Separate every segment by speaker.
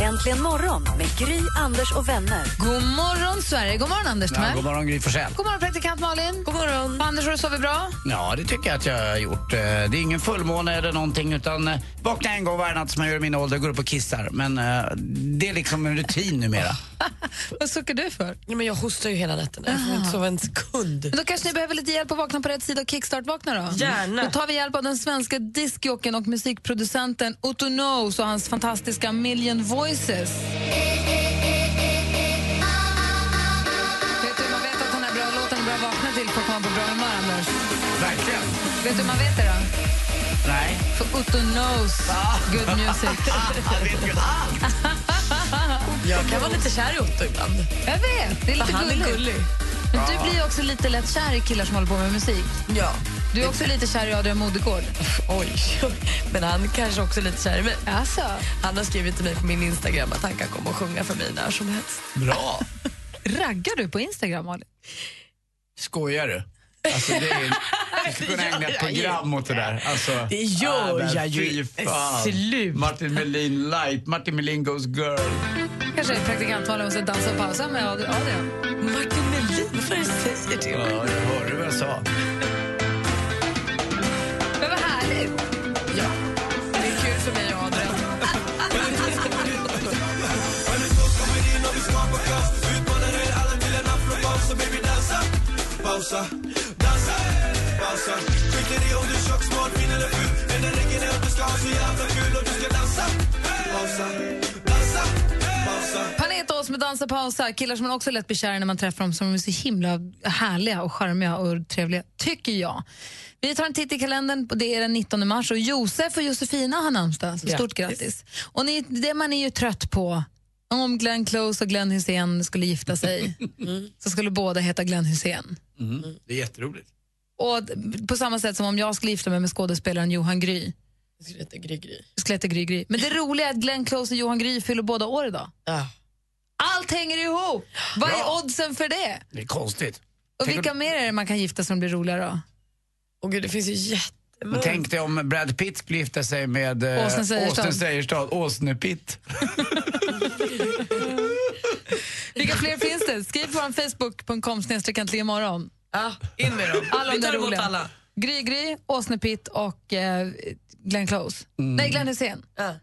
Speaker 1: Äntligen morgon med Gry, Anders och vänner.
Speaker 2: God morgon, Sverige. God morgon, Anders
Speaker 3: Ja,
Speaker 2: Timell.
Speaker 3: god morgon, Gry Forssell.
Speaker 2: God morgon, praktikant Malin. God morgon. Anders, har du sovit bra?
Speaker 3: Ja, det tycker jag att jag har gjort. Eh, Det är ingen fullmåne eller någonting utan eh, vaknar en gång varje natt som jag gör i min ålder, går upp och kissar. Men eh, det är liksom en rutin numera.
Speaker 2: Vad suckar du för?
Speaker 4: Nej, men jag hostar ju hela natten. Jag får inte sova en sekund.
Speaker 2: Men då kanske ni behöver lite hjälp att vakna på rätt sida och kickstart-vakna då?
Speaker 4: Gärna.
Speaker 2: Då tar vi hjälp av den svenska discjockeyn och musikproducenten Otto Knows och hans fantastiska Million Voices. Vet du hur man vet att den här bra låten är bra att vakna till för att komma på bra humör, Anders?
Speaker 3: Verkligen?
Speaker 2: Vet du hur man vet det då?
Speaker 3: Nej.
Speaker 2: För Otto Knows good music.
Speaker 3: Jag vet ju allt.
Speaker 4: Jag kan vara lite kär i Otto ibland.
Speaker 2: Jag vet, det är lite
Speaker 4: han är
Speaker 2: gulligt.
Speaker 4: gullig.
Speaker 2: Men du blir också lite lätt kär i killar som håller på med musik.
Speaker 4: Ja.
Speaker 2: Du är också lite kär i Adrian Modegård.
Speaker 4: Oj. Men han kanske också är lite kär i mig.
Speaker 2: Alltså.
Speaker 4: Han har skrivit till mig på min Instagram att han kan komma och sjunga för mig när som helst.
Speaker 3: Bra.
Speaker 2: Raggar du på Instagram, Malin?
Speaker 3: Skojar du? Alltså det är... Jag skulle kunna ägna ett program åt det där. Alltså,
Speaker 4: Det gör
Speaker 3: men
Speaker 4: jag ju.
Speaker 3: fy fan.
Speaker 4: Sluta.
Speaker 3: Martin Melin light, Martin Melin goes girl.
Speaker 2: Kanske är praktikant Malin måste dansa och pausa med Ad- Adrian.
Speaker 4: Martin Melin, varför säger
Speaker 3: Ja,
Speaker 4: du?
Speaker 3: jag hörde vad jag sa.
Speaker 2: Men vad härligt!
Speaker 4: Ja. Det är kul för mig och Adrian.
Speaker 2: Panetos med Dansa pausa. Killar som man också lätt blir kär i när man träffar dem som är så himla härliga och charmiga och trevliga, tycker jag. Vi tar en titt i kalendern. Det är den 19 mars och Josef och Josefina har namnsdag. Så stort grattis. Och ni, det man är ju trött på om Glenn Close och Glenn Hussein skulle gifta sig så skulle båda heta Glenn Hussein.
Speaker 3: Det är jätteroligt.
Speaker 2: Och d- på samma sätt som om jag skulle gifta mig med skådespelaren Johan Gry.
Speaker 4: Jag skulle heta Gry Gry.
Speaker 2: Skulle heta Gry Gry. Men det roliga är att Glenn Close och Johan Gry fyller båda år idag.
Speaker 4: Ja.
Speaker 2: Allt hänger ihop! Vad är
Speaker 3: Ja.
Speaker 2: oddsen för det?
Speaker 3: Det är konstigt.
Speaker 2: Och
Speaker 3: Tänk
Speaker 2: vilka
Speaker 3: om-
Speaker 2: mer är det man kan gifta som blir roligare då?
Speaker 4: Och gud, det finns ju jättemånga.
Speaker 3: Men tänk dig om Brad Pitt skulle gifta sig med eh,
Speaker 2: Åsne Seierstad.
Speaker 3: Åsne Seierstad, Åsne-Pitt.
Speaker 2: Vilka fler finns det? Skriv på vår facebook.com snedstreck äntligen imorgon.
Speaker 4: Ja, in med dem.
Speaker 2: Alla de
Speaker 4: Vi
Speaker 2: där
Speaker 4: tar emot
Speaker 2: roliga.
Speaker 4: alla.
Speaker 2: Gry Gry, Åsne Pitt och eh, Glenn Close.
Speaker 3: Mm.
Speaker 2: Nej, Glenn Hysén.
Speaker 4: Ja.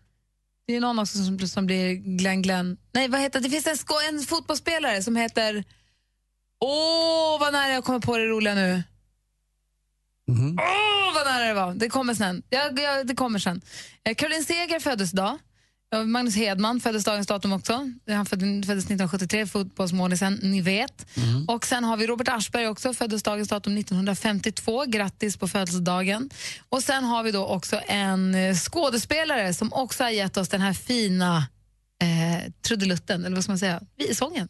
Speaker 2: Det är någon också som, som blir Glenn Glenn. Nej, vad heter det? Det finns en, sko- en fotbollsspelare som heter... Åh, vad nära jag kommer på det roliga nu. Åh, vad nära det var. Det kommer sen. Jag, jag, det kommer sen. Eh, Caroline Seger föddes idag. Eh, Magnus Hedman föddes dagens datum också. Han föddes, föddes 1973, fotbollsmålisen, ni vet. Och sen har vi Robert Aschberg också, föddes dagens datum 1952. Grattis på födelsedagen. Och sen har vi då också en eh, skådespelare som också har gett oss den här fina eh, trudelutten, eller vad ska man säga, vi- sången.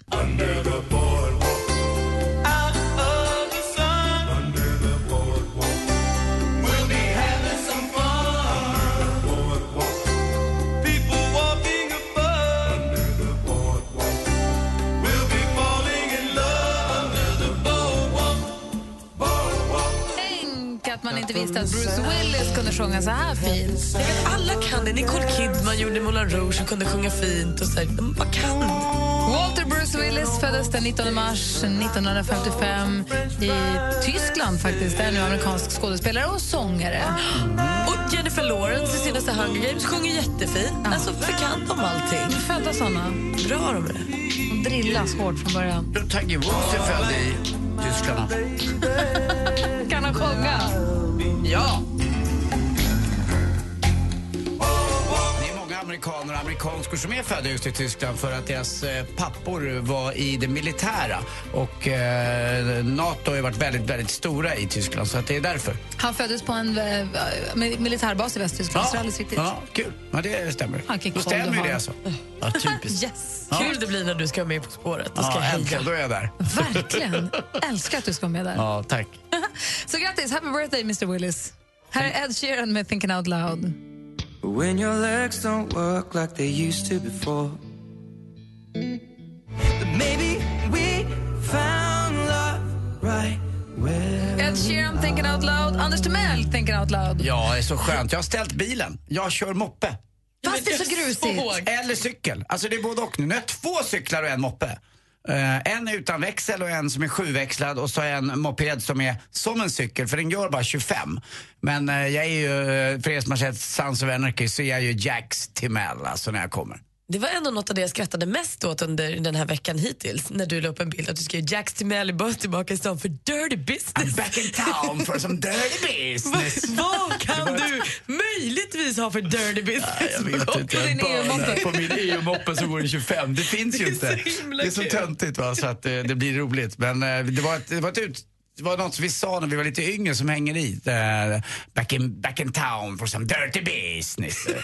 Speaker 2: Tänk att man inte visste att Bruce Willis kunde sjunga så här fint.
Speaker 4: Jag vet, alla kan det. Nicole Kidman gjorde Moulin Rouge och kunde sjunga fint. Och så här. Men Vad kan
Speaker 2: Walter Bruce Willis föddes den 19 mars 1955 i Tyskland faktiskt. Är nu amerikansk skådespelare och sångare.
Speaker 4: Och Jennifer Lawrence i senaste Hunger Games sjunger jättefint. Alltså, för kan de allting?
Speaker 2: Födda såna.
Speaker 4: Bra de är.
Speaker 2: De drillas hårt från början.
Speaker 3: Tagge Wolff är född i Tyskland.
Speaker 2: Kan han sjunga?
Speaker 3: Ja! Det är många amerikaner och amerikanskor som är födda just i Tyskland för att deras eh, pappor var i det militära. Och eh, NATO har ju varit väldigt, väldigt stora i Tyskland så att det är därför.
Speaker 2: Han föddes på en eh, mil- militärbas i Västtyskland, så det är alldeles riktigt.
Speaker 3: ja, kul. Ja, det stämmer.
Speaker 2: Ja, vilken
Speaker 3: Då
Speaker 2: koll du
Speaker 3: stämmer ju
Speaker 2: har.
Speaker 3: det alltså. Ja, typiskt.
Speaker 2: Yes!
Speaker 4: Kul det blir när du ska vara med På spåret. Då ska
Speaker 3: Ja,
Speaker 4: jag
Speaker 3: äntligen,
Speaker 4: heja.
Speaker 3: då är jag där.
Speaker 2: Verkligen. Älskar att du ska vara med där.
Speaker 3: Ja, tack.
Speaker 2: Så grattis, happy birthday Mr Willis. Här är Ed Sheeran med Thinking Out Loud.
Speaker 5: When your legs don't work like they used to before. But maybe we found love right where.
Speaker 2: Ed Sheeran, Thinking Out Loud. Anders Timell, Thinking Out Loud.
Speaker 3: Ja, det är så skönt. Jag har ställt bilen. Jag kör moppe.
Speaker 2: Fast det är så grusigt.
Speaker 3: Eller cykel. Alltså det är både och nu. Nu har jag två cyklar och en moppe. Eh, en utan växel och en som är sjuväxlad och så har jag en moped som är som en cykel för den gör bara 25. Men eh, jag är ju, eh, för er som har sett Sons of Anarchy så är jag ju Jacks Timell alltså när jag kommer.
Speaker 4: Det var ändå något av det jag skrattade mest åt under den här veckan hittills. När du la upp en bild att du skrev Jacks Timell bara tillbaka i stan för dirty business.
Speaker 3: I'm back in town for some dirty business.
Speaker 4: Vad kan du möjligtvis ha för dirty business?
Speaker 3: Jag vet inte.
Speaker 2: På din
Speaker 3: jag börnar.
Speaker 2: EU-moppe.
Speaker 3: På min EU-moppe så går det 25. Det finns ju inte. Det är så töntigt va? så att eh, det blir roligt. Men eh, det var ett, det var ett ut... Det var något som vi sa när vi var lite yngre som hänger i. Eh, back, in, back in town for some dirty business. Eh,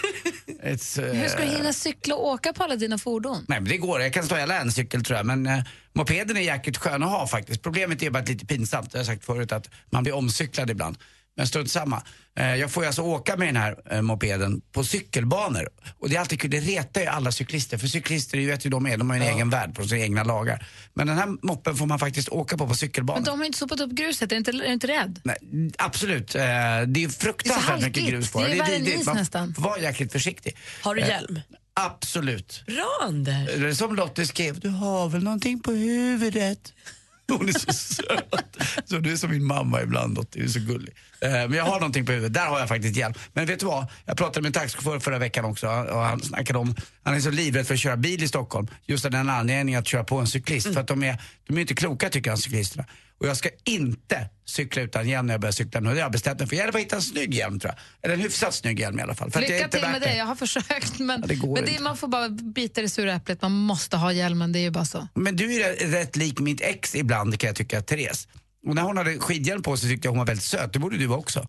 Speaker 3: It's, eh,
Speaker 2: Hur ska du hinna cykla och åka på alla dina fordon?
Speaker 3: Nej, men det går. Jag kan stå hela en cykel tror jag. Men eh, mopeden är jäkligt skön att ha faktiskt. Problemet är bara att det är lite pinsamt. Det har jag sagt förut att man blir omcyklad ibland. Men strunt samma. Eh, jag får ju alltså åka med den här eh, mopeden på cykelbanor. Och det är alltid kul. Det retar ju alla cyklister. För cyklister, du vet hur de är. De har ju en egen värld på sina egna lagar. Men den här moppen får man faktiskt åka på på cykelbanor.
Speaker 2: Men de har ju inte sopat upp gruset, är du inte, är du inte rädd?
Speaker 3: Nej, absolut. Eh, det är
Speaker 2: Det är
Speaker 3: fruktansvärt
Speaker 2: så
Speaker 3: mycket
Speaker 2: halkigt.
Speaker 3: grus på
Speaker 2: Det är värre än
Speaker 3: vidrigt.
Speaker 2: is
Speaker 3: Man
Speaker 2: nästan.
Speaker 3: får vara jäkligt försiktig.
Speaker 4: Har du hjälm?
Speaker 3: Absolut.
Speaker 4: Bra Anders!
Speaker 3: Eller som Lottie skrev, du har väl någonting på huvudet? Hon är så söt. Så du är som min mamma ibland Lottie, du är så gullig. Eh, Men jag har någonting på huvudet, där har jag faktiskt hjälp. Men vet du vad? Jag pratade med en taxichaufför förra veckan också och han snackade om, han är så livrädd för att köra bil i Stockholm. Just av den anledningen att köra på en cyklist. För att de är, de är inte kloka tycker han, cyklisterna. Och jag ska inte cykla utan hjälm när jag börjar cykla nu. Det har jag bestämt mig för. Jag hade bara hittat en snygg hjälm tror jag. Eller en hyfsat snygg hjälm i alla fall. För att jag
Speaker 2: Lycka
Speaker 3: är inte
Speaker 2: till med
Speaker 3: värt
Speaker 2: det, jag har försökt. Men,
Speaker 3: Ja, det går
Speaker 2: men det,
Speaker 3: inte.
Speaker 2: man får bara bita i det sura äpplet, man måste ha hjälmen, det är ju bara så.
Speaker 3: Men du är rätt- rätt lik mitt ex ibland kan jag tycka, Therese. Och när hon hade skidhjälm på sig tyckte jag hon var väldigt söt. Det borde du vara också.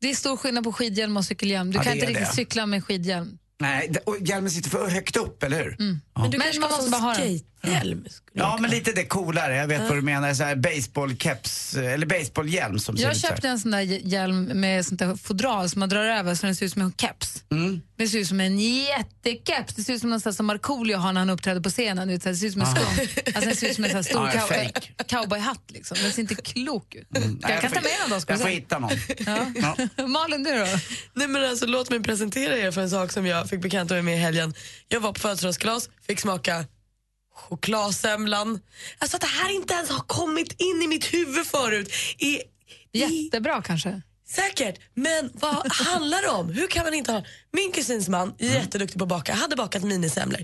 Speaker 2: Det är stor skillnad på skidhjälm och cykelhjälm. Du
Speaker 3: Ja,
Speaker 2: kan
Speaker 3: det
Speaker 2: inte
Speaker 3: är
Speaker 2: riktigt
Speaker 3: det.
Speaker 2: cykla med skidhjälm.
Speaker 3: Nej, d- och hjälmen sitter för högt upp, eller hur?
Speaker 2: Mm,
Speaker 4: Men du
Speaker 2: Men
Speaker 4: kanske
Speaker 2: man
Speaker 4: ska ha
Speaker 2: måste
Speaker 4: sån
Speaker 2: bara ha den.
Speaker 4: skatehjälm? skulle
Speaker 3: Ja,
Speaker 4: jag
Speaker 3: men
Speaker 4: kalla.
Speaker 3: lite det coolare. Jag vet vad du menar. Så här baseballkeps eller baseballhjälm som ser
Speaker 2: Jag
Speaker 3: ut så här.
Speaker 2: köpte en sån där hjälm med sånt där fodral som man drar över så den ser ut som en keps.
Speaker 3: Mm.
Speaker 2: Det ser ut som en jättekeps. Det ser ut som någon sån här som Markoolio har när han uppträder på scenen. du vet, så här, Det ser ut som en skång. Alltså den ser ut som en sån här stor
Speaker 3: Ja, en fake. Mm.
Speaker 2: cow- cowboyhatt. Liksom. Den ser inte klok ut.
Speaker 3: Nej,
Speaker 2: jag kan
Speaker 3: får-
Speaker 2: ta med den då. Ska
Speaker 3: Jag får
Speaker 2: du
Speaker 3: hitta någon.
Speaker 2: ja. Malin, du då?
Speaker 4: Nej men alltså låt mig presentera er för en sak som jag fick bekanta mig med i helgen. Jag var på födelsedagskalas, fick smaka chokladsemlan. Alltså att det här inte ens har kommit in i mitt huvud förut. I, i,
Speaker 2: Jättebra kanske?
Speaker 4: säkert, men vad handlar det om? Hur kan man inte ha... Min kusins man,
Speaker 3: Mm.
Speaker 4: jätteduktig på att baka, hade bakat minisemlor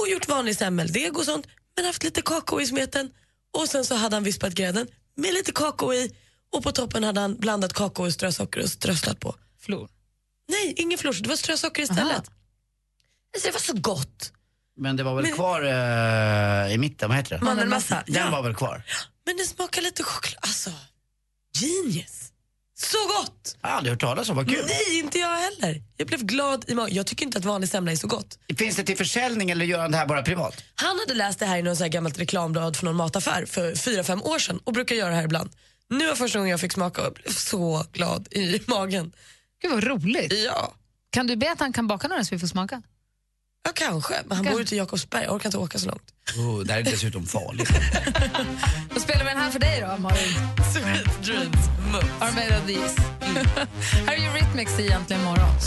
Speaker 4: och gjort vanlig semmeldeg och sånt, men haft lite kakao i smeten och sen så hade han vispat grädden med lite kakao i och på toppen hade han blandat kakao och strösocker och strösslat på.
Speaker 2: Flor.
Speaker 4: Nej, ingen flors. Det var strösocker istället. Alltså, det var så gott.
Speaker 3: Men det var väl
Speaker 4: Men-
Speaker 3: kvar eh, i mitten, vad heter det?
Speaker 4: Mandelmassa.
Speaker 3: Den var
Speaker 4: Ja.
Speaker 3: väl kvar?
Speaker 4: Men det smakar lite choklad. Alltså, genius. Så gott!
Speaker 3: Jag har aldrig hört talas om, vad kul.
Speaker 4: Nej, inte jag heller. Jag blev glad i magen. Jag tycker inte att vanlig semla är så gott.
Speaker 3: Finns det till försäljning eller gör han det här bara privat?
Speaker 4: Han hade läst det här i någon så här gammalt reklamblad för någon mataffär för fyra fem år sedan och brukar göra det här ibland. Nu var första gången jag fick smaka och jag blev så glad i magen.
Speaker 2: Gud vad roligt.
Speaker 4: Ja,
Speaker 2: Kan du be att han kan baka några så vi får smaka?
Speaker 4: ja kanske. Men han
Speaker 2: Kanske.
Speaker 4: bor ute i Jakobsberg. Jag orkar inte åka så långt.
Speaker 3: Oh, det här är dessutom farligt.
Speaker 2: Då spelar vi den här för dig då, Malin.
Speaker 4: Sweet dreams. Mums.
Speaker 2: Are made of these. Här är Eurythmics i Äntligen morgon.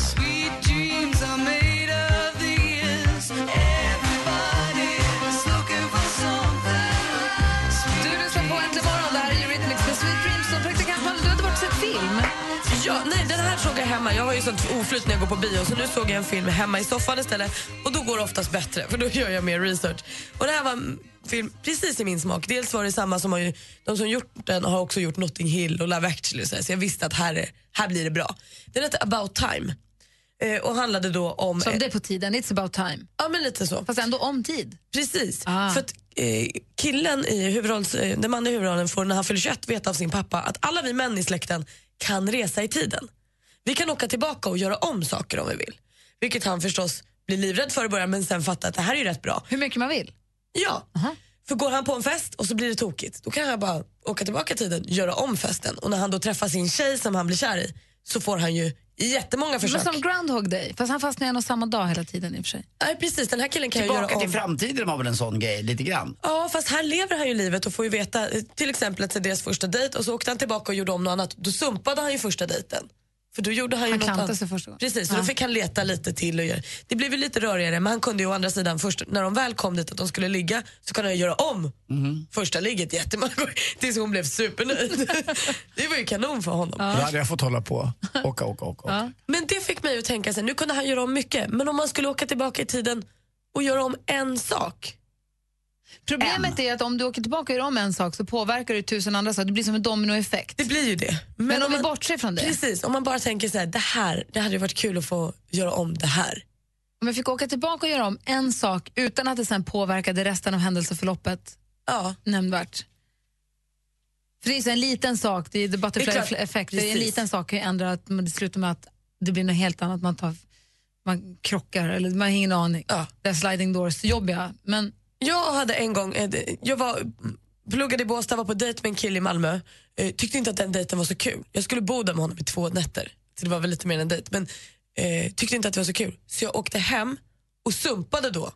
Speaker 2: Du lyssnar på Äntligen morgon. Det här är Eurythmics med Sweet Dreams. Och praktikant Malin, du har inte varit och sett film.
Speaker 4: Ja, nej, den här såg jag hemma. Jag har ju sånt oflyt när jag går på bio, så nu såg jag en film hemma i soffan istället. Och då går det oftast bättre, för då gör jag mer research. Och det här var en film precis i min smak. Dels var det samma som har ju, de som gjort den har också gjort Notting Hill och Love actually, så, här, så jag visste att här, är, här blir det bra. Den heter About time. Eh, och handlade då om...
Speaker 2: Som det är på tiden, it's about time.
Speaker 4: Ja, men lite så.
Speaker 2: Fast ändå om tid.
Speaker 4: Precis.
Speaker 2: Ah.
Speaker 4: För att eh, killen i huvudrolls, eh, den mannen i huvudrollen får när han fyller 21 veta av sin pappa att alla vi män i släkten kan resa i tiden. Vi kan åka tillbaka och göra om saker om vi vill. Vilket han förstås blir livrädd för i början men sen fattar att det här är ju rätt bra.
Speaker 2: Hur mycket man vill.
Speaker 4: Ja,
Speaker 2: Aha.
Speaker 4: för går han på en fest och så blir det tokigt då kan han bara åka tillbaka i tiden, göra om festen och när han då träffar sin tjej som han blir kär i så får han ju jättemånga
Speaker 2: Men
Speaker 4: försök.
Speaker 2: som Groundhog Day, fast han fastnar i en och samma dag hela tiden i och för sig.
Speaker 4: Nej, precis, den här killen kan ju göra
Speaker 3: Tillbaka
Speaker 4: om.
Speaker 3: till framtiden var väl en sån grej, lite grann.
Speaker 4: Ja, fast här lever han ju livet och får ju veta eh, till exempel att det är deras första dejt och så åkte han tillbaka och gjorde om något annat. Då sumpade han ju första dejten. För då gjorde han ju
Speaker 2: Han
Speaker 4: något
Speaker 2: klantade
Speaker 4: annat.
Speaker 2: sig första gången.
Speaker 4: Precis, så då
Speaker 2: Ja.
Speaker 4: fick han leta lite till och göra. Det blev ju lite rörigare men han kunde ju å andra sidan först när de väl kom dit att de skulle ligga så kunde han ju göra om
Speaker 2: Mhm.
Speaker 4: första ligget jättemånga gånger tills hon blev supernöjd. det var ju kanon för honom.
Speaker 3: Då hade jag fått hålla på. Åka, åka, åka. åka.
Speaker 4: Men det fick mig att tänka sig, nu kunde han göra om mycket men om man skulle åka tillbaka i tiden och göra om en sak.
Speaker 2: Problemet är att om du åker tillbaka och gör om en sak så påverkar det tusen andra saker. Det blir som en dominoeffekt.
Speaker 4: Det blir ju det. Men,
Speaker 2: Men om vi bortser från det.
Speaker 4: Precis, om man bara tänker så här, det här, det hade ju varit kul att få göra om det här.
Speaker 2: Om jag fick åka tillbaka och göra om en sak utan att det sen påverkade resten av händelseförloppet
Speaker 4: Ja,
Speaker 2: nämnvärt. För det är så en liten sak, det är the
Speaker 4: Det är klart.
Speaker 2: butterfly effekt. Det är en
Speaker 4: Precis.
Speaker 2: liten sak kan ju ändra att man- det slutar med att det blir något helt annat. Man, tar, man krockar eller man har ingen aning.
Speaker 4: Ja.
Speaker 2: Det är sliding doors, jobbiga. Men
Speaker 4: jag hade en gång, eh, det- jag var, pluggade i Båstad, var på dejt med en kille i Malmö. Eh, tyckte inte att den dejten var så kul. Jag skulle bo där med honom i två nätter, så det var väl lite mer än en dejt. Men eh, tyckte inte att det var så kul. Så jag åkte hem och sumpade då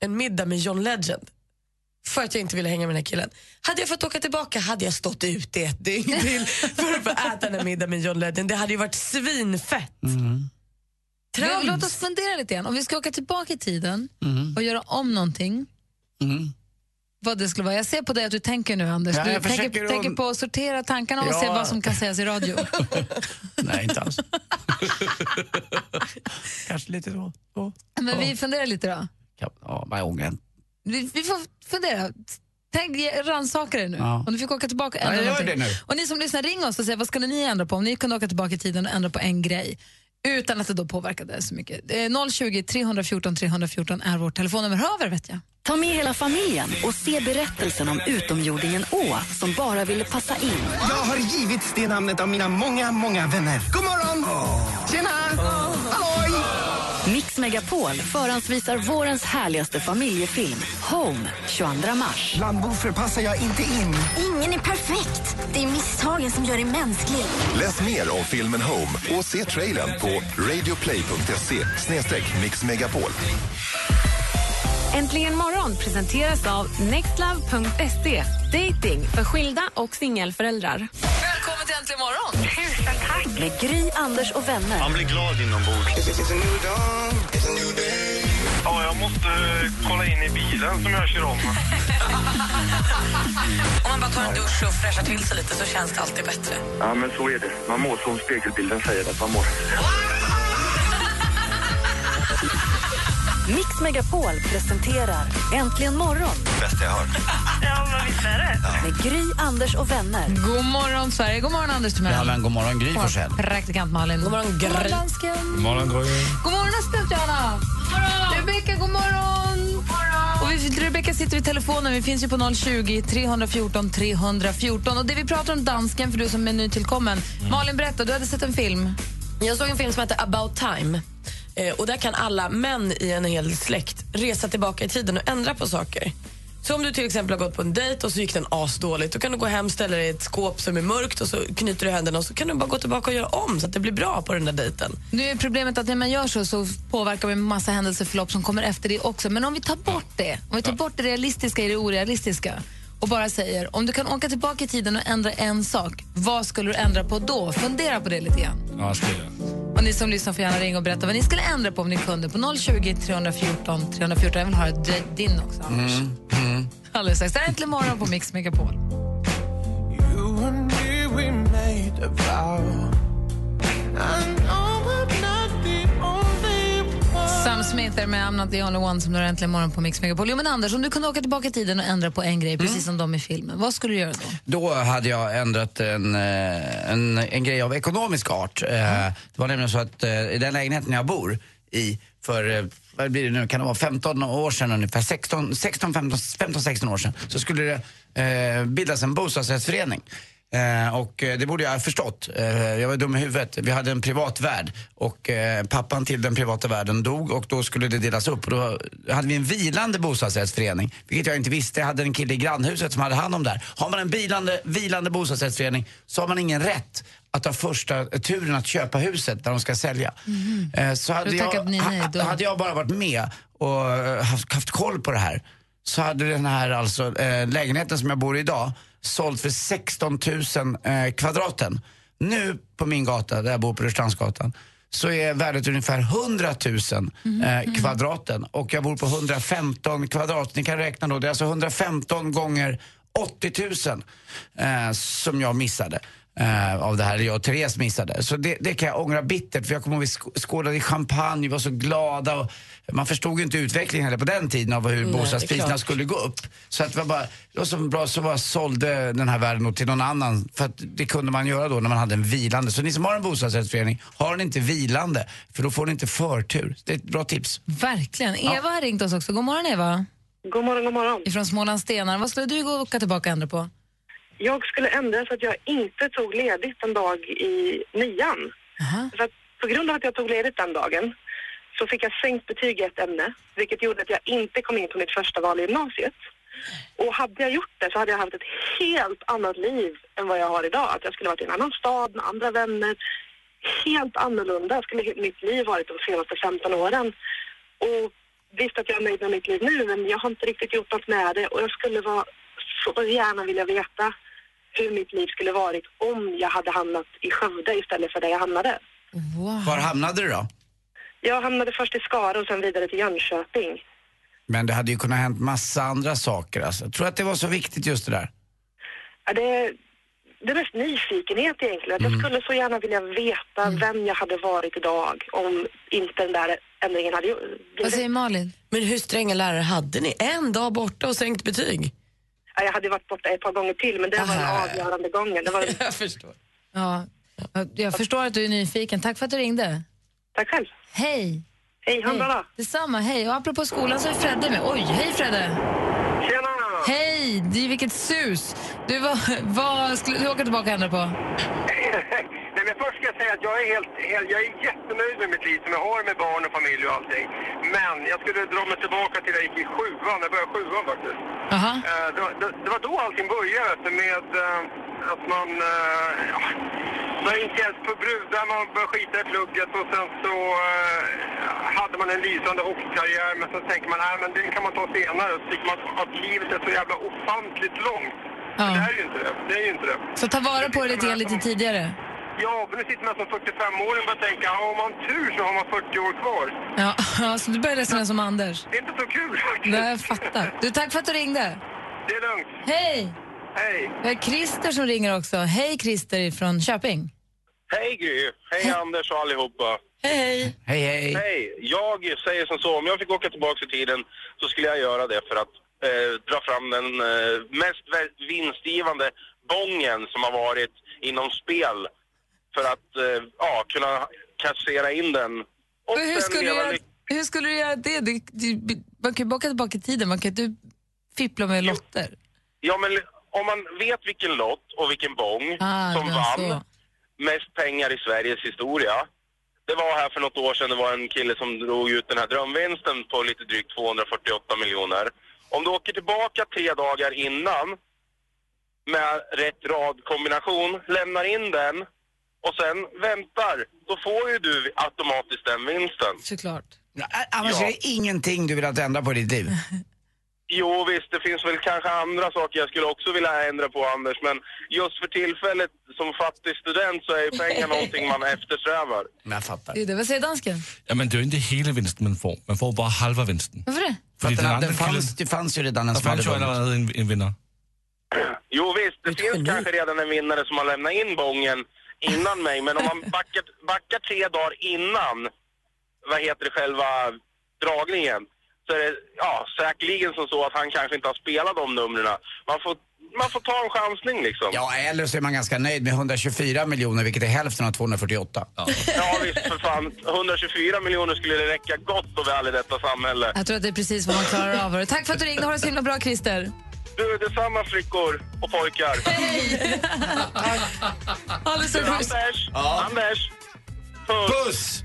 Speaker 4: en middag med John Legend. För att jag inte ville hänga med den här killen. Hade jag fått åka tillbaka hade jag stått ute i ett dygn till för att få äta den här middagen med John Legend. Det hade ju varit svinfett.
Speaker 2: vi, låt oss fundera lite grann. Om vi ska åka tillbaka i tiden
Speaker 3: Mm.
Speaker 2: och göra om någonting. Vad det skulle vara. Jag ser på dig att du tänker nu, Anders.
Speaker 3: Ja,
Speaker 2: du
Speaker 3: jag
Speaker 2: tänker,
Speaker 3: försöker att-
Speaker 2: tänker på att sortera tankarna och
Speaker 3: Ja.
Speaker 2: se vad som kan sägas i radio.
Speaker 3: Nej, inte alls. Kanske lite då. då.
Speaker 2: Men vi funderar lite då.
Speaker 3: Ja, Ja, vad jag ångrar.
Speaker 2: Vi, vi får fundera. Tänk, rannsaka dig nu.
Speaker 3: Ja.
Speaker 2: Om du fick åka tillbaka och
Speaker 3: Ja,
Speaker 2: ändra
Speaker 3: jag gör
Speaker 2: någonting.
Speaker 3: det nu.
Speaker 2: Och ni som lyssnar, ring oss och säg vad skulle ni ändra på om ni kunde åka tillbaka i tiden och ändra på en grej utan att det då påverkade så mycket. Eh, 020 314 314 är vårt telefonnummer. Hör av er, vet jag.
Speaker 1: Ta med hela familjen och se berättelsen om utomjordingen Å som bara ville passa in.
Speaker 6: Jag har givits det namnet av mina många, många vänner. God morgon! Tjena! Halloj!
Speaker 1: Mix Megapol förhandsvisar vårens härligaste familjefilm, Home, 22 mars.
Speaker 6: Bland boffer passar jag inte in.
Speaker 7: Ingen är perfekt. Det är misstagen som gör dig mänsklig.
Speaker 8: Läs mer om filmen Home och se trailern på radioplay.se mixmegapol.
Speaker 9: Äntligen morgon presenteras av nextlove.se. Dating för skilda och singelföräldrar.
Speaker 2: Välkommen till Äntligen morgon!
Speaker 1: Med Gry, Anders och vänner.
Speaker 8: blir glad inombords.
Speaker 7: Ja, jag måste kolla in i bilen som jag kör om.
Speaker 4: Om man bara tar en dusch och fräschar till sig lite så känns det alltid bättre.
Speaker 7: Ja, men så är det. Man mår som spegelbilden säger att man mår.
Speaker 1: Mix Megapol presenterar Äntligen morgon
Speaker 8: Bästa jag hört.
Speaker 1: med Gry, Anders och vänner.
Speaker 2: God morgon, Sverige. God morgon, Anders Timell.
Speaker 3: Ja, men god morgon, Gry Forssell.
Speaker 2: Praktikant Malin. God
Speaker 4: morgon, Gry.
Speaker 2: God morgon, dansken. God morgon, assistent Johanna. Rebecka, god morgon. Och vi, Rebecka sitter vid telefonen. Vi finns ju på 020 314 314. Och det vi pratar om dansken, för du som är nytillkommen. Malin, berätta. Du hade sett en film.
Speaker 4: Jag såg en film som heter About time. Eh, och Där kan alla män i en hel släkt resa tillbaka i tiden och ändra på saker. Så om du till exempel har gått på en dejt och så gick den asdåligt, då kan du gå hem, ställa dig i ett skåp som är mörkt och så knyter du händerna och så kan du bara gå tillbaka och göra om så att det blir bra på den där dejten.
Speaker 2: Nu är problemet att när man gör så så påverkar man en massa händelseförlopp som kommer efter det också. Men om vi tar bort det, om vi tar bort det realistiska i det orealistiska och bara säger om du kan åka tillbaka i tiden och ändra en sak, vad skulle du ändra på då? Fundera på det lite grann.
Speaker 3: Ja, skriva.
Speaker 2: Och ni som lyssnar får gärna ringa och berätta vad ni skulle ändra på om ni kunde på 020 314 314. Jag vill höra d- din också, Anders. Alldeles strax. Det här är Äntligen morgon på Mix Megapol.
Speaker 5: You and me, we made a vow. I know I'm not the only one.
Speaker 2: Sam Smither med I'm not the only one som du har äntligen morgon på Mix Megapol. Jo, men Anders, om du kunde åka tillbaka i tiden och ändra på en grej, precis som de i filmen, vad skulle du göra då?
Speaker 3: Då hade jag ändrat en, eh, en, en grej av ekonomisk art. Eh, Det var nämligen så att eh, i den lägenheten jag bor i för eh, vad blir det nu, kan det vara 15 år sedan ungefär, 16, 16 15, 15 16 år sedan, så skulle det eh, bildas en bostadsrättsförening. Eh, och eh, det borde jag ha förstått. Eh, jag var dum i huvudet. Vi hade en privat värd och eh, pappan till den privata värden dog och då skulle det delas upp. Och då hade vi en vilande bostadsrättsförening, vilket jag inte visste. Jag hade en kille i grannhuset som hade hand om det här. Har man en vilande, vilande bostadsrättsförening så har man ingen rätt att ta första turen att köpa huset när de ska sälja.
Speaker 2: Mhm.
Speaker 3: Eh, så hade
Speaker 2: Du
Speaker 3: jag,
Speaker 2: tackade nej,
Speaker 3: ha-
Speaker 2: då.
Speaker 3: hade jag bara varit med och eh, haft, haft koll på det här så hade den här alltså, eh, lägenheten som jag bor i idag sålt för 16 000 eh, kvadraten. Nu på min gata, där jag bor på Rörstrandsgatan, så är värdet ungefär 100 000 eh, kvadraten och jag bor på 115 kvadrat. Ni kan räkna då, det är alltså 115 gånger 80 000 eh, som jag missade. Eh, av det här, eller jag och Therese missade. Så det, det kan jag ångra bittert för jag kommer ihåg vi sk- skålade i champagne, vi var så glada och man förstod ju inte utvecklingen heller på den tiden av hur
Speaker 10: Nej, det är
Speaker 3: bostadspriserna
Speaker 10: klart.
Speaker 3: skulle gå upp. Så att det var bara, det var så bra så bara sålde den här världen åt till någon annan för att det kunde man göra då när man hade en vilande. Så ni som har en bostadsrättsförening, har den inte vilande för då får ni inte förtur. Det är ett bra tips.
Speaker 2: Verkligen. Eva har ringt oss också. God morgon, Eva.
Speaker 11: God morgon, god morgon.
Speaker 2: Ifrån Småland Stenar. Vad skulle du gå och åka tillbaka och ändra på?
Speaker 11: Jag skulle ändra så att jag inte tog ledigt en dag i nian. För att på grund av att jag tog ledigt den dagen så fick jag sänkt betyg i ett ämne vilket gjorde att jag inte kom in på mitt första val i gymnasiet. Och hade jag gjort det så hade jag haft ett helt annat liv än vad jag har idag. Att jag skulle varit i en annan stad med andra vänner. Helt annorlunda skulle he- mitt liv varit de senaste 15 åren. Och visst att jag är nöjd med mitt liv nu men jag har inte riktigt gjort något med det och jag skulle vara så gärna vilja veta hur mitt liv skulle varit om jag hade hamnat i Skövde istället för där jag hamnade.
Speaker 3: Var hamnade du då?
Speaker 11: Jag hamnade först i Skara och sen vidare till Jönköping.
Speaker 3: Men det hade ju kunnat hänt massa andra saker alltså. Jag tror att det var så viktigt just det där.
Speaker 11: Ja, Det, det är mest nyfikenhet egentligen. Jag skulle så gärna vilja veta vem jag hade varit idag om inte den där ändringen hade ju-
Speaker 4: Vad
Speaker 11: blivit.
Speaker 2: säger Malin?
Speaker 4: Men hur stränga lärare hade ni? En dag borta och sänkt betyg?
Speaker 11: Ja, Jag hade varit borta ett par gånger till men det var den avgörande gången. Det var...
Speaker 4: Jag förstår.
Speaker 2: Ja. Jag- Jag förstår att du är nyfiken. Tack för att du ringde.
Speaker 11: Tack själv.
Speaker 2: Hej.
Speaker 11: Hej, ha en bra dag.
Speaker 2: Detsamma, hej. Och apropå skolan så är Fredde med. Oj, hej Fredde.
Speaker 11: Tjena.
Speaker 2: Hej, det är vilket sus. Du, vad, vad skulle du åka tillbaka och ändra på?
Speaker 7: Nej, men först ska jag säga att jag är, helt, helt, jag är jättenöjd med mitt liv som jag har med barn och familj och allting. Men jag skulle dra mig tillbaka till när jag gick i sjuan. Jag började sjuan faktiskt. Eh, Det, var- det, det var då allting började vet du, med eh, att man... eh, ja, man gick ens på brudar, man började skita i plugget och sen så eh, hade man en lysande hockeykarriär men sen tänker man nej men den kan man ta senare. Så tycker man att livet är så jävla ofantligt långt. Men Det är ju inte det. Det är ju inte det.
Speaker 2: Så ta vara på det lite, grann lite tidigare.
Speaker 7: Ja, men nu sitter man som 45-åring och bara tänker, ja, om man har tur så har man 40 år kvar.
Speaker 2: Ja, ja, så du börjar resonera som Anders.
Speaker 7: Det är inte så kul faktiskt.
Speaker 2: Nej, jag fattar. Du, tack för att du ringde.
Speaker 7: Det är lugnt.
Speaker 2: Hej!
Speaker 7: Hej!
Speaker 2: Det är Christer som ringer också. Hej Christer från Köping.
Speaker 7: Hej Gry! Hej Anders och allihopa!
Speaker 4: Hej!
Speaker 3: Hej, hej!
Speaker 7: Hej! Jag säger som så, om jag fick åka tillbaka i tiden så skulle jag göra det för att eh, dra fram den eh, mest vä- vinstgivande bongen som har varit inom spel för att eh, ja, kunna kassera in den. Och
Speaker 2: Men hur,
Speaker 7: sen
Speaker 2: skulle du
Speaker 7: leva
Speaker 2: göra,
Speaker 7: lyck-
Speaker 2: hur skulle du göra det? Du, du, man kan ju bara åka tillbaka i tiden, man kan ju inte fippla med lotter.
Speaker 7: Ja, men om man vet vilken lott och vilken bong
Speaker 2: Ah,
Speaker 7: som
Speaker 2: det var
Speaker 7: vann
Speaker 2: så.
Speaker 7: mest pengar i Sveriges historia. Det var här för något år sedan, det var en kille som drog ut den här drömvinsten på lite drygt 248 miljoner. Om du åker tillbaka tre dagar innan med rätt radkombination, lämnar in den och sen väntar, då får ju du automatiskt den vinsten.
Speaker 2: Såklart.
Speaker 3: Annars
Speaker 7: Ja.
Speaker 3: är det ingenting du vill att ändra på i ditt liv.
Speaker 7: Jo visst, det finns väl kanske andra saker jag skulle också vilja ändra på Anders, men just för tillfället som fattig student så är ju pengar någonting man eftersträvar.
Speaker 3: Jag fattar.
Speaker 2: Det är det. Vad säger dansken?
Speaker 12: Ja, men det är ju inte hela vinsten man får. Man får bara halva vinsten.
Speaker 2: Varför det?
Speaker 12: Fordi
Speaker 3: För
Speaker 12: den
Speaker 3: att
Speaker 12: andra
Speaker 3: det, fanns,
Speaker 12: killen-
Speaker 3: det fanns ju redan en
Speaker 12: Der
Speaker 3: som hade
Speaker 12: fanns ju
Speaker 3: vunnit.
Speaker 12: allerede en, en vinder.
Speaker 7: Jo visst, det finns kanske redan en vinnare som har lämnat in bongen innan mig, men om man backar, backar tre dagar innan, vad heter det själva dragningen så är det ja, säkerligen som så att han kanske inte har spelat de numren. Man får, man får ta en chansning liksom.
Speaker 3: Ja, eller så är man ganska nöjd med 124 miljoner, vilket är hälften av 248.
Speaker 7: Ja visst för fan, 124 miljoner skulle det räcka gott och väl i detta samhälle.
Speaker 2: Jag tror att det är precis vad man klarar av. Tack för att du ringde. Ha det så himla bra, Christer.
Speaker 7: Du, detsamma flickor och pojkar.
Speaker 2: Hej!
Speaker 7: Anders! Anders!
Speaker 3: Puss!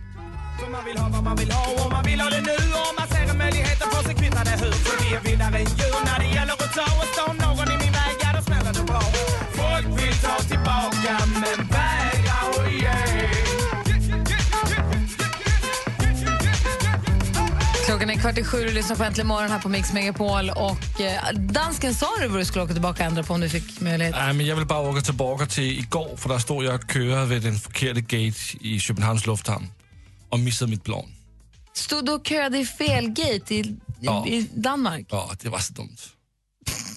Speaker 10: Man vill ha vad man vill ha och man vill ha det nu och man ser en möjlighet att få sig kvittade hur För vi är vinnare än djur när det gäller att ta och står någon i min väg, ja då smäller det bra Folk vill ta tillbaka men vägra och ge
Speaker 2: Klockan är kvart i sju och du lyssnar på Äntligen morgon här på Mix Megapol. Och, eh, dansken sa du vad du skulle åka tillbaka och ändra på om du fick möjlighet.
Speaker 12: Nej, men jag vill bara åka tillbaka till igår, för där stod jag och köade vid den förkehrade gate i Köpenhamns lufthamn och missade mitt plan.
Speaker 2: Stod du och köade i fel gate i, i,
Speaker 12: Ja.
Speaker 2: i Danmark?
Speaker 12: Ja, det var så dumt.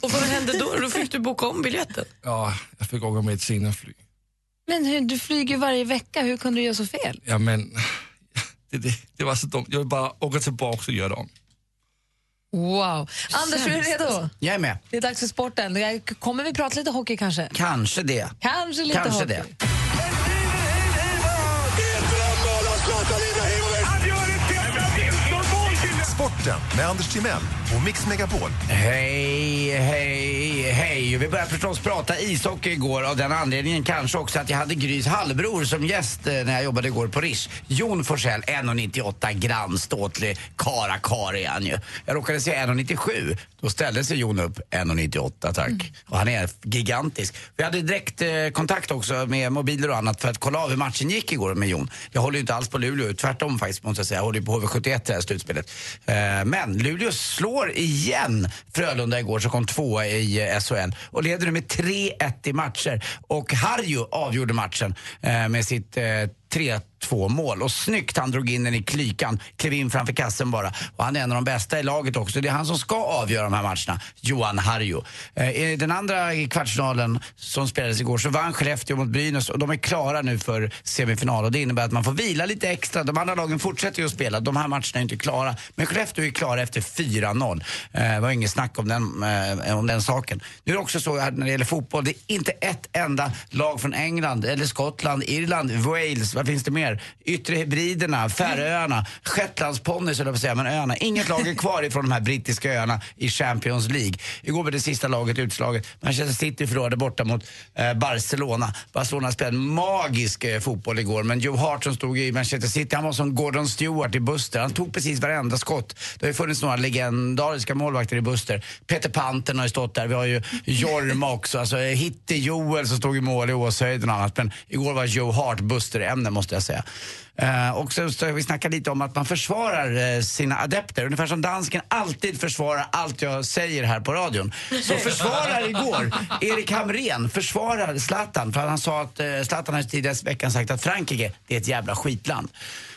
Speaker 4: Och vad hände då? Då fick du boka om biljetten.
Speaker 12: Ja, jag fick åka med ett senare flyg.
Speaker 2: Men hur, du flyger ju varje vecka, hur kunde du göra så fel?
Speaker 12: Ja, men det, det, det var så dumt. Jag vill bara åka tillbaka och göra det om.
Speaker 2: Wow. Anders, är du redo?
Speaker 3: Jag är med.
Speaker 2: Det är dags för sporten. Jag- Kommer vi prata lite hockey kanske?
Speaker 3: Kanske det.
Speaker 2: Kanske lite
Speaker 3: Kanske
Speaker 2: hockey.
Speaker 3: det.
Speaker 8: Sporten med Anders Timell och Mix Megapol.
Speaker 3: Hej, hej, hej. Vi började förstås prata ishockey igår av den anledningen kanske också att jag hade Grys halvbror som gäst eh, när jag jobbade igår på Rish. Jon Forsell, 1,98 grand, ståtlig karakar är han ju. Jag råkade säga 1,97. Då ställde sig Jon upp 1,98 tack. Och han är gigantisk. Vi hade direkt eh, kontakt också med mobiler och annat för att kolla av hur matchen gick igår med Jon. Jag håller ju inte alls på Luleå, tvärtom faktiskt måste jag säga. Jag håller ju på HV71 i det här slutspelet. Eh, Men Luleå slår igen Frölunda igår som kom tvåa i eh, SHL och leder nu med 3-1 i matcher. Och Harju avgjorde matchen eh, med sitt eh, 3-2 mål och snyggt han drog in den i klykan, klev in framför kassen bara. Och han är en av de bästa i laget också. Det är han som ska avgöra de här matcherna, Johan Harju. Eh, I den andra kvartsfinalen som spelades igår så vann Skellefteå mot Brynäs och de är klara nu för semifinal och det innebär att man får vila lite extra. De andra lagen fortsätter ju att spela, de här matcherna är inte klara. Men Skellefteå är klara efter 4-0. Eh, Det var inget snack om den, eh, om den saken. Nu är det också så här när det gäller fotboll, det är inte ett enda lag från England, eller Skottland, Irland, Wales, vad finns det mer? Yttre hybriderna, Färöarna, Shetlandsponnys höll jag på att säga, men öarna. Inget lag är kvar ifrån de här brittiska öarna i Champions League. Igår blev det sista laget utslaget. Manchester City förlorade borta mot eh, Barcelona. Barcelona spelade en magisk eh, fotboll igår, men Joe Hart som stod i Manchester City, han var som Gordon Stewart i Buster. Han tog precis varenda skott. Det har ju funnits några legendariska målvakter i Buster. Peter Panten har ju stått där. Vi har ju Jorma också. Alltså eh, Hitte-Joel som stod i mål i Åshöjden och annat. Men igår var Joe Hart Buster-ämne måste jag säga. Eh, och så så vi snackat lite om att man försvarar eh, sina adepter. Ungefär som dansken alltid försvarar allt jag säger här på radion. Så försvarar igår Erik Hamrén försvarar Zlatan. För han sa att eh, Zlatan har ju tidigare i veckan sagt att Frankrike, det är ett jävla skitland.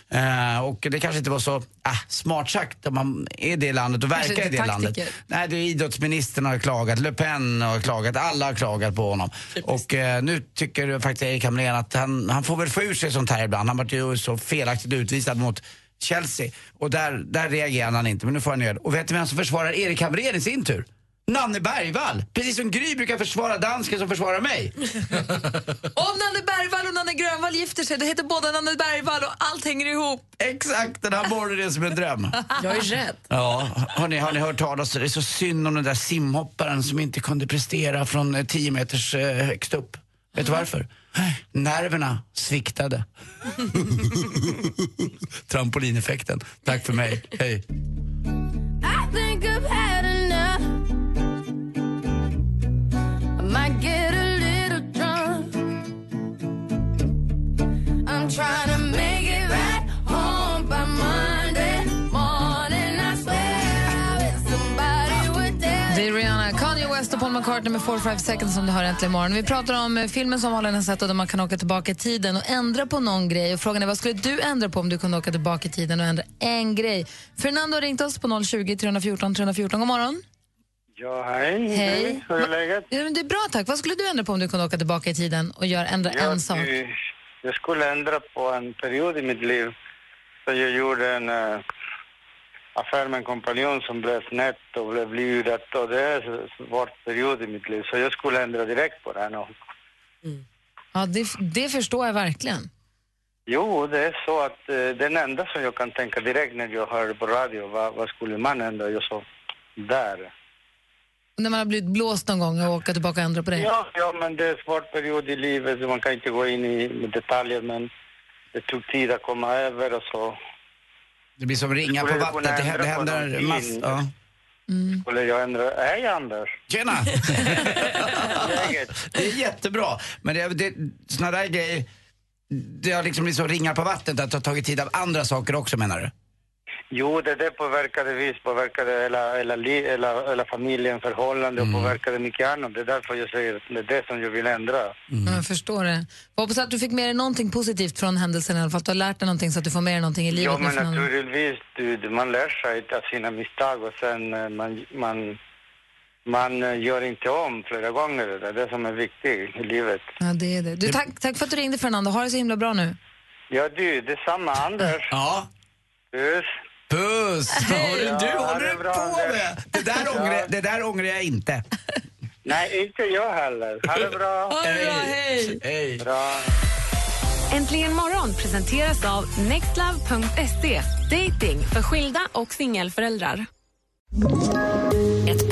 Speaker 3: Eh, och det kanske inte var så ah, smart sagt om man är i det landet och
Speaker 2: Kanske
Speaker 3: verkar i det
Speaker 2: inte
Speaker 3: landet.
Speaker 2: taktiker.
Speaker 3: Nej, det är idrottsministern har klagat, Le Pen har klagat, alla har klagat på honom. Och eh, nu tycker faktiskt Erik Hamrén att han, han får väl få ur sig sånt här ibland. Han vart ju så felaktigt utvisad mot Chelsea och där, där reagerar han inte, men nu får han göra det. Och vet du vem som försvarar Erik Hamrén i sin tur? Nanne Bergvall! Precis som Gry brukar försvara dansken som försvarar mig.
Speaker 2: Om Nanne Bergvall och Nanne Grönvall gifter sig, då heter båda Nanne Bergvall och allt hänger ihop.
Speaker 3: Exakt, den här morgonen är som en dröm.
Speaker 4: Jag är rädd.
Speaker 3: Ja, hörni, har ni hört talas Det är så synd om den där simhopparen som inte kunde prestera från eh, 10 meters eh, högst upp. Vet du varför? Nerverna sviktade. Trampolineffekten. Tack för mig. Hej.
Speaker 13: I think I've had enough. I might get a little drunk. I'm trying to make it right home by Monday morning. I swear I wish somebody would dare.
Speaker 2: Det är Rihanna, Kanye West och Paul McCartney med 4-5 seconds som du hör äntligen imorgon. Vi pratar om eh, filmen som Malin har sett och där man kan åka tillbaka i tiden och ändra på någon grej. Och frågan är vad skulle du ändra på om du kunde åka tillbaka i tiden och ändra en grej? Fernando har ringt oss på 020 314 314. God morgon.
Speaker 14: Ja, hej.
Speaker 2: Hej.
Speaker 14: Hur är läget?
Speaker 2: Ja, men det är bra tack. Vad skulle du ändra på om du kunde åka tillbaka i tiden och göra, ändra en sak?
Speaker 14: eh, Jag skulle ändra på en period i mitt liv. Så jag gjorde en eh,
Speaker 7: affär med en kompanjon som blev snett och blev lurat och det är en svår period i mitt liv. Så jag skulle ändra direkt på den. Och,
Speaker 2: Ja, det, det förstår jag verkligen.
Speaker 7: jo, det är så att eh, den enda som jag kan tänka direkt när jag hör på radio, vad, vad skulle man ändra? Jag sa, där.
Speaker 2: Och när man har blivit blåst någon gång och åka tillbaka och ändra på det.
Speaker 7: Ja, ja, men det är en svår period i livet så man kan inte gå in i detaljer men det tog tid att komma över och så.
Speaker 3: Det blir som ringar på
Speaker 7: Skulle du
Speaker 3: vattnet.
Speaker 7: kunna
Speaker 3: Det, hä-
Speaker 7: ändra på
Speaker 3: det händer
Speaker 7: någonting?
Speaker 3: massor. Ja.
Speaker 2: Mm.
Speaker 7: Skulle jag ändra... Hej Anders!
Speaker 3: Tjena! det är jättebra. Men det, det, såna där grejer, det har liksom blivit som ringar på vattnet att det har tagit tid av andra saker också menar du?
Speaker 7: Jo, det där påverkade visst, påverkade hela, hela, li, hela, hela familjen, förhållande och påverkade mycket annat. Det är därför jag säger att det är det som jag vill ändra.
Speaker 2: Ja, Jag förstår det. Jag hoppas att du fick med dig någonting positivt från händelsen i alla fall. Att du har lärt dig någonting så att du får med dig någonting i livet.
Speaker 7: Ja, men
Speaker 2: nästan.
Speaker 7: naturligtvis, du, man lär sig av sina misstag och sen eh, man, man, man eh, gör inte om flera gånger. Det är det som är viktigt i livet.
Speaker 2: Ja, det är det. Du, tack, tack för att du ringde, Fernando. Ha det så himla bra nu.
Speaker 7: Ja, du, detsamma Anders.
Speaker 3: Ja.
Speaker 7: Puss.
Speaker 3: Puss! Hörru, du,
Speaker 7: Ja,
Speaker 3: håller
Speaker 7: det är
Speaker 3: du
Speaker 7: bra,
Speaker 3: på
Speaker 7: Anders.
Speaker 3: med? Det där, ångrar, jag- det där ångrar jag inte.
Speaker 7: Nej, inte jag heller. Ha det bra.
Speaker 3: hej! hej.
Speaker 7: Bra.
Speaker 1: Äntligen morgon presenteras av nextlove.se. Dating för skilda och singelföräldrar.
Speaker 4: Ett